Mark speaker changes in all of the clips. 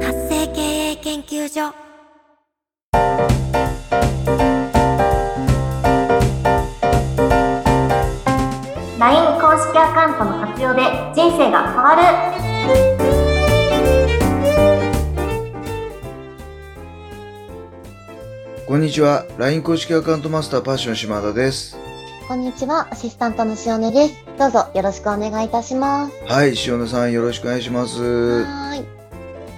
Speaker 1: 発生経営研究所
Speaker 2: ライン公式アカウントの活用で人生が変わる
Speaker 3: こんにちは。LINE 公式アカウントマスターパッション島田です。
Speaker 2: こんにちはアシスタントの塩根ですどうぞよろしくお願いいたします
Speaker 3: はい、塩野さんよろしくお願いします。
Speaker 2: は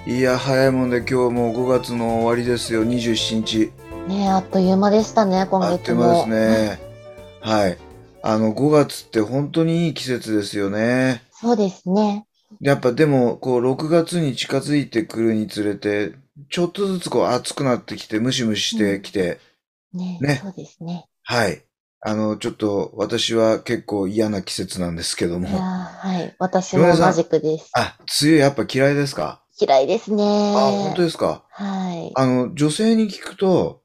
Speaker 2: ーい
Speaker 3: いや、早いもんで今日もう5月の終わりですよ。27日。
Speaker 2: ねえあっという間でしたね今
Speaker 3: あっ
Speaker 2: 月
Speaker 3: という
Speaker 2: も
Speaker 3: 間ですね。はい。あの、5月って本当にいい季節ですよね。
Speaker 2: そうですね
Speaker 3: やっぱでも、こう、6月に近づいてくるにつれて、ちょっとずつこう、暑くなってきて、ムシムシしてきて、
Speaker 2: ねえ
Speaker 3: ね
Speaker 2: そうですね
Speaker 3: はい。あの、ちょっと、私は結構嫌な季節なんですけど
Speaker 2: い
Speaker 3: も
Speaker 2: やー。はい私
Speaker 3: 井上
Speaker 2: も
Speaker 3: さん
Speaker 2: 同じくです
Speaker 3: あ、梅雨やっぱ嫌いですか
Speaker 2: 嫌いですね
Speaker 3: あ、本当ですか
Speaker 2: はい
Speaker 3: あの、女性に聞くと、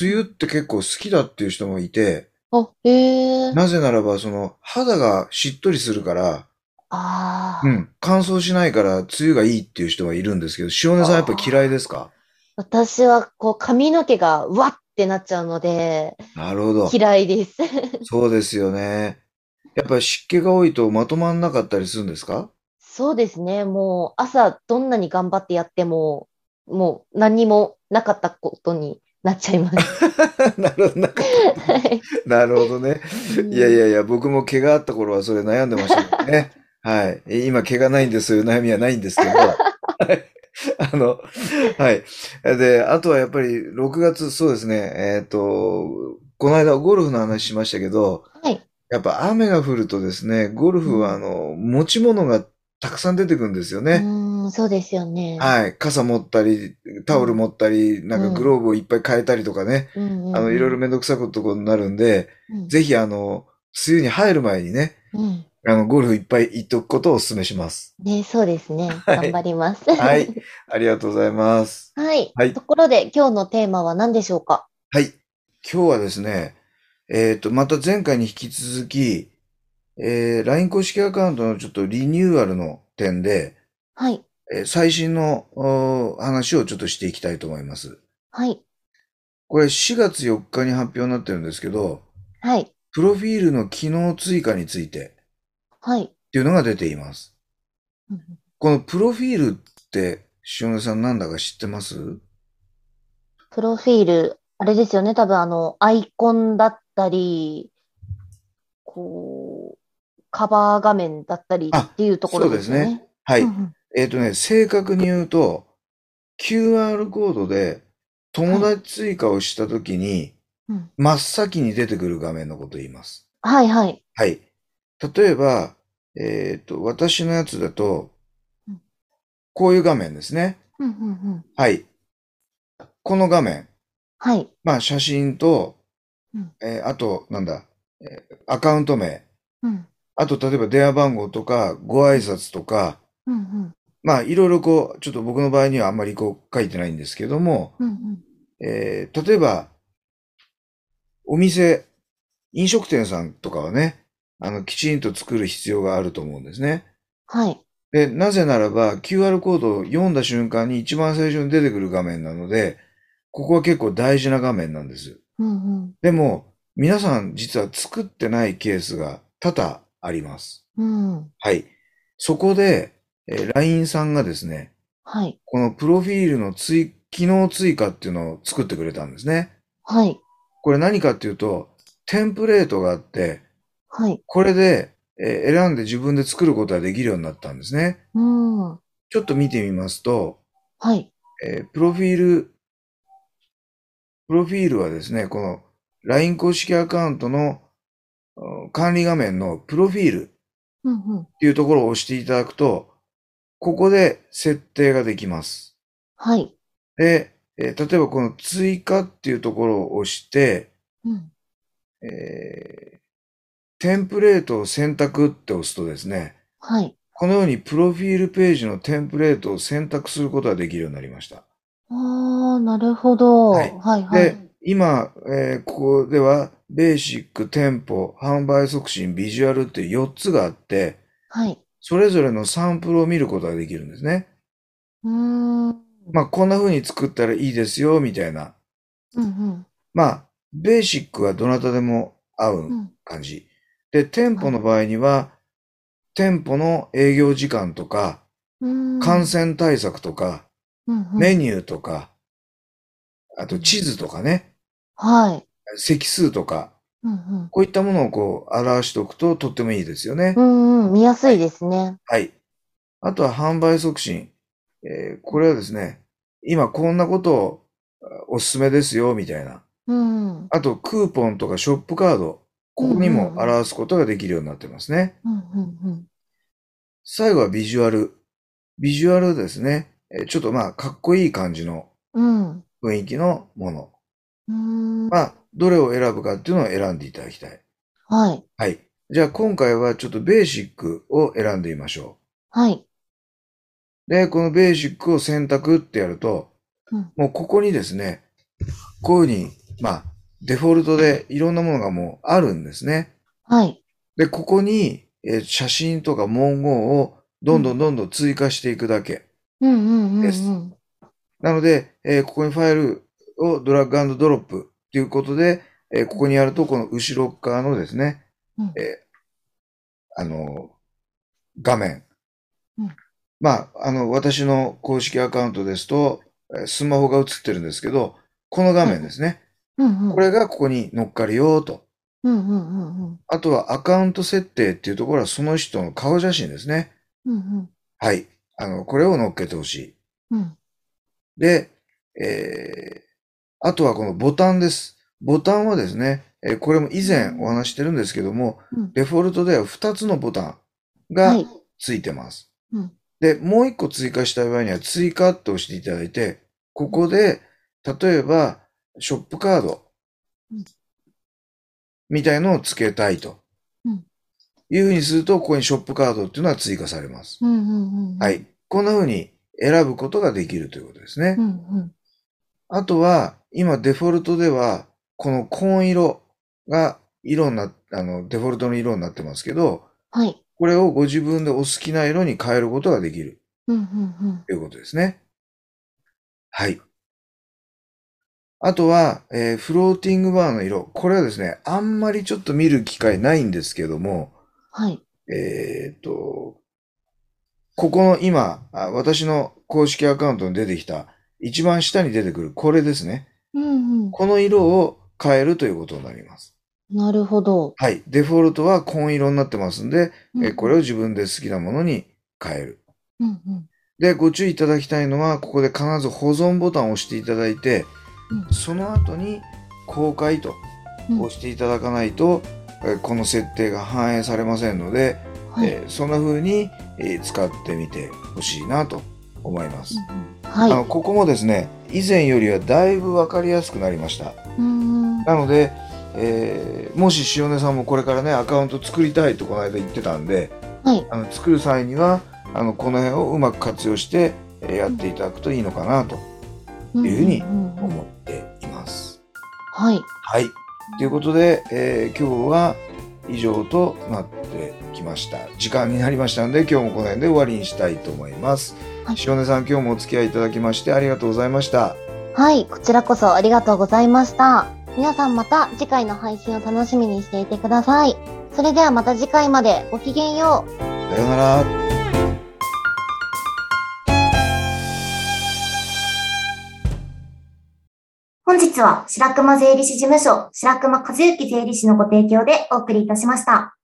Speaker 3: 梅雨って結構好きだっていう人もいて、
Speaker 2: おへえー、
Speaker 3: なぜならば、その、肌がしっとりするから、
Speaker 2: あー、
Speaker 3: うん、乾燥しないから、梅雨がいいっていう人がいるんですけど、塩根さんやっぱ嫌いですか
Speaker 2: 私はこう髪の毛がわってなっちゃうので
Speaker 3: なるほど。
Speaker 2: 嫌いです
Speaker 3: そうですよね。やっぱ湿気が多いとまとまんなかったりするんですか
Speaker 2: そうですね。もう朝どんなに頑張ってやっても、もう何もなかったことになっちゃいます。
Speaker 3: なるほど、なんか
Speaker 2: はい
Speaker 3: なるほどね。 いやいやいや、僕も毛があった頃はそれ悩んでましたけ どね。はい。え今、毛がないんで、そういう悩みはないんですけど。はい あの、はい。で、あとはやっぱり、6月、そうですね。えっ、と、この間、ゴルフの話しましたけど、
Speaker 2: はい。
Speaker 3: やっぱ雨が降るとですね、ゴルフは、あの、持ち物がたくさん出てくるんですよ
Speaker 2: う
Speaker 3: ね。
Speaker 2: ーん、そうですよね。
Speaker 3: はい。傘持ったり、タオル持ったり、なんかグローブをいっぱい変えたりとかね。
Speaker 2: うんうん
Speaker 3: あの、いろいろめんどくさくとこになるんで、
Speaker 2: うん
Speaker 3: ぜひあの、梅雨に入る前にね、
Speaker 2: うん
Speaker 3: あの、ゴルフいっぱい行っとくことをお勧めします。
Speaker 2: ね、そうですね。
Speaker 3: い
Speaker 2: 頑張ります。
Speaker 3: はい。ありがとうございます。
Speaker 2: はい。
Speaker 3: はい
Speaker 2: ところで、今日のテーマは何でしょうか
Speaker 3: はい。今日はですね、えっ、と、また前回に引き続き、えー、LINE 公式アカウントのちょっとリニューアルの点で、
Speaker 2: はい。
Speaker 3: えー最新のおー話をちょっとしていきたいと思います。
Speaker 2: はい。
Speaker 3: これ4月4日に発表になってるんですけど、
Speaker 2: はい。
Speaker 3: プロフィールの機能追加について
Speaker 2: はい。
Speaker 3: っていうのが出ています。
Speaker 2: うん
Speaker 3: このプロフィールって、塩根さんなんだか知ってます
Speaker 2: プロフィール、あれですよね。多分、あの、アイコンだったり、こう、カバー画面だったりっていうところですよ
Speaker 3: そう
Speaker 2: ね
Speaker 3: で。はい。
Speaker 2: うんうん
Speaker 3: えっ、とね、正確に言うと、QR コードで友達追加をしたときに、
Speaker 2: はいうん
Speaker 3: 真っ先に出てくる画面のことを言います。
Speaker 2: はいはい。
Speaker 3: はい。例えば、えっ、と、私のやつだと
Speaker 2: うん、
Speaker 3: こういう画面ですね。
Speaker 2: うんうんうん。
Speaker 3: はい。この画面。
Speaker 2: はい。
Speaker 3: まあ、写真と
Speaker 2: うん、
Speaker 3: えーあと、なんだ、えーアカウント名。
Speaker 2: うん。
Speaker 3: あと、例えば電話番号とか、ご挨拶とか、
Speaker 2: うんうん。
Speaker 3: まあ、いろいろこう、ちょっと僕の場合にはあんまりこう書いてないんですけども、
Speaker 2: うんうん。
Speaker 3: えー例えば、お店、飲食店さんとかはね、あの、きちんと作る必要があると思うんですね。
Speaker 2: はい。
Speaker 3: で、なぜならば、QR コードを読んだ瞬間に一番最初に出てくる画面なので、ここは結構大事な画面なんです。
Speaker 2: うんうん。
Speaker 3: でも、皆さん実は作ってないケースが多々あります。
Speaker 2: うん。
Speaker 3: はい。そこで、えー LINE さんがですね、
Speaker 2: はい。
Speaker 3: このプロフィールの追、機能追加っていうのを作ってくれたんですね。
Speaker 2: はい。
Speaker 3: これ何かっていうと、テンプレートがあって、
Speaker 2: はい。
Speaker 3: これで、えー選んで自分で作ることができるようになったんですね。
Speaker 2: うん。は
Speaker 3: ちょっと見てみますと、
Speaker 2: い。
Speaker 3: えープロフィール、プロフィールはですね、この LINE 公式アカウントのうん管理画面のプロフィール
Speaker 2: うんうん。
Speaker 3: っていうところを押していただくと、ここで設定ができます。
Speaker 2: はい。
Speaker 3: で、えー例えばこの追加っていうところを押して、
Speaker 2: うん。
Speaker 3: えーテンプレートを選択って押すとですね、
Speaker 2: はい。
Speaker 3: このようにプロフィールページのテンプレートを選択することができるようになりました。
Speaker 2: ああ、なるほど。
Speaker 3: は
Speaker 2: はいいは
Speaker 3: で
Speaker 2: い。、
Speaker 3: 今、えーここでは、ベーシック、店舗、販売促進、ビジュアルって4つがあって、
Speaker 2: はい。
Speaker 3: それぞれのサンプルを見ることができるんですね。
Speaker 2: うーん。うん
Speaker 3: まあ、こんな風に作ったらいいですよ、みたいな。
Speaker 2: うん。
Speaker 3: まあ、ベーシックはどなたでも合う
Speaker 2: うん
Speaker 3: 感じ。で、店舗の場合には、店舗の営業時間とか、
Speaker 2: うん。
Speaker 3: 感染対策とか、
Speaker 2: うんうん
Speaker 3: メニューとか、あと地図とかね、
Speaker 2: はい。
Speaker 3: 席数とか、
Speaker 2: うんうん。
Speaker 3: こういったものをこう表しておくととってもいいですよね。
Speaker 2: うんうん。見やすいですね。
Speaker 3: はい。あとは販売促進。えーこれはですね、今こんなことをあおすすめですよ、みたいな。
Speaker 2: うん。うん
Speaker 3: あと、クーポンとかショップカード。ここに
Speaker 2: う
Speaker 3: も
Speaker 2: んうんうん
Speaker 3: 表すことができるようになってますね。
Speaker 2: うんうん。
Speaker 3: 最後はビジュアル。ビジュアルですね。えーちょっとまあ、かっこいい感じの
Speaker 2: うん。
Speaker 3: 雰囲気のもの。
Speaker 2: うん。
Speaker 3: まあ、どれを選ぶかっていうのを選んでいただきたい。
Speaker 2: はい。
Speaker 3: はい。じゃあ今回はちょっとベーシックを選んでみましょ
Speaker 2: はい。
Speaker 3: う。で、このベーシックを選択ってやると、
Speaker 2: うん
Speaker 3: もうここにですね、こういうふうに、まあ、デフォルトでいろんなものがもうあるんですね。
Speaker 2: はい。
Speaker 3: で、ここに、えー写真とか文言をどんどんどんどん追加していくだけ。
Speaker 2: うんうんうん
Speaker 3: です
Speaker 2: うん。
Speaker 3: なので、えーここにファイルをドラッグドロップということで、えーここにやると、この後ろ側のですね、
Speaker 2: うん
Speaker 3: えーあのー画面。
Speaker 2: うん
Speaker 3: まあ、あの、私の公式アカウントですと、えースマホが映ってるんですけど、この画面ですね。
Speaker 2: うんうん。
Speaker 3: これがここに乗っかるよと。
Speaker 2: うんうんうんうん。
Speaker 3: あとはアカウント設定っていうところはその人の顔写真ですね。
Speaker 2: うんうん
Speaker 3: はい。あの、これを乗っけてほしい。
Speaker 2: うん。
Speaker 3: で、えー、あとはこのボタンです。ボタンはですね、えーこれも以前お話ししてるんですけども、
Speaker 2: うん
Speaker 3: デフォルトでは2つのボタン
Speaker 2: は
Speaker 3: が
Speaker 2: い。
Speaker 3: ついてます。
Speaker 2: うん
Speaker 3: で、もう1個追加したい場合には追加って押していただいて、ここで、例えば、ショップカード
Speaker 2: うん、
Speaker 3: みたいのをつけたいと。
Speaker 2: うん
Speaker 3: いうふうにすると、ここにショップカードっていうのは追加されます。
Speaker 2: うんうんうん。
Speaker 3: は。い。こんな風に選ぶことができるということですね。
Speaker 2: うんうん。
Speaker 3: あとは、今デフォルトでは、この紺色が色にな、あの、デフォルトの色になってますけど、
Speaker 2: はい。
Speaker 3: これをご自分でお好きな色に変えることができる
Speaker 2: うんうん
Speaker 3: ということですね。はい。あとは、えーフローティングバーの色。これはですね、あんまりちょっと見る機会ないんですけども、
Speaker 2: うん。はい。
Speaker 3: えーっと、ここの今、あ私の公式アカウントに出てきた、一番下に出てくるこれですね。
Speaker 2: うんうん。
Speaker 3: この色を変えるということになります。
Speaker 2: なるほど。
Speaker 3: はい。デフォルトは紺色になってますんで、えこれ
Speaker 2: を。
Speaker 3: を自分で好きなものに変える。
Speaker 2: うんうん。
Speaker 3: で、ご注意いただきたいのは、ここで必ず保存ボタンを押していただいて、
Speaker 2: うん
Speaker 3: その後に公開と
Speaker 2: うん
Speaker 3: 押していただかないと、えーこの設定が反映されませんので、
Speaker 2: はい。
Speaker 3: えーそんな風に、えー使ってみてほしいなと思います。あの
Speaker 2: は
Speaker 3: ここもですね、以前よりはだいぶわかりやすくなりました。
Speaker 2: い。うんうん。
Speaker 3: なので、えーもし塩根さんもこれからねアカウント作りたいとこの間言ってたんで
Speaker 2: はい。
Speaker 3: あの作る際にはあのこの辺をうまく活用してえーやっていただくといいのかなというふうに
Speaker 2: んんうん
Speaker 3: 思っています。
Speaker 2: はい。
Speaker 3: はいということで、えー今日は以上となってきました時間になりましたので今日もこの辺で終わりにしたいと思います。
Speaker 2: はい
Speaker 3: 塩根さん今日もお付き合いいただきましてありがとうございました。
Speaker 2: はい。こちらこそありがとうございました。皆さんまた次回の配信を楽しみにしていてください。それではまた次回までごきげんよう。
Speaker 3: さようなら。
Speaker 4: 本日は白熊税理士事務所、白熊和幸税理士のご提供でお送りいたしました。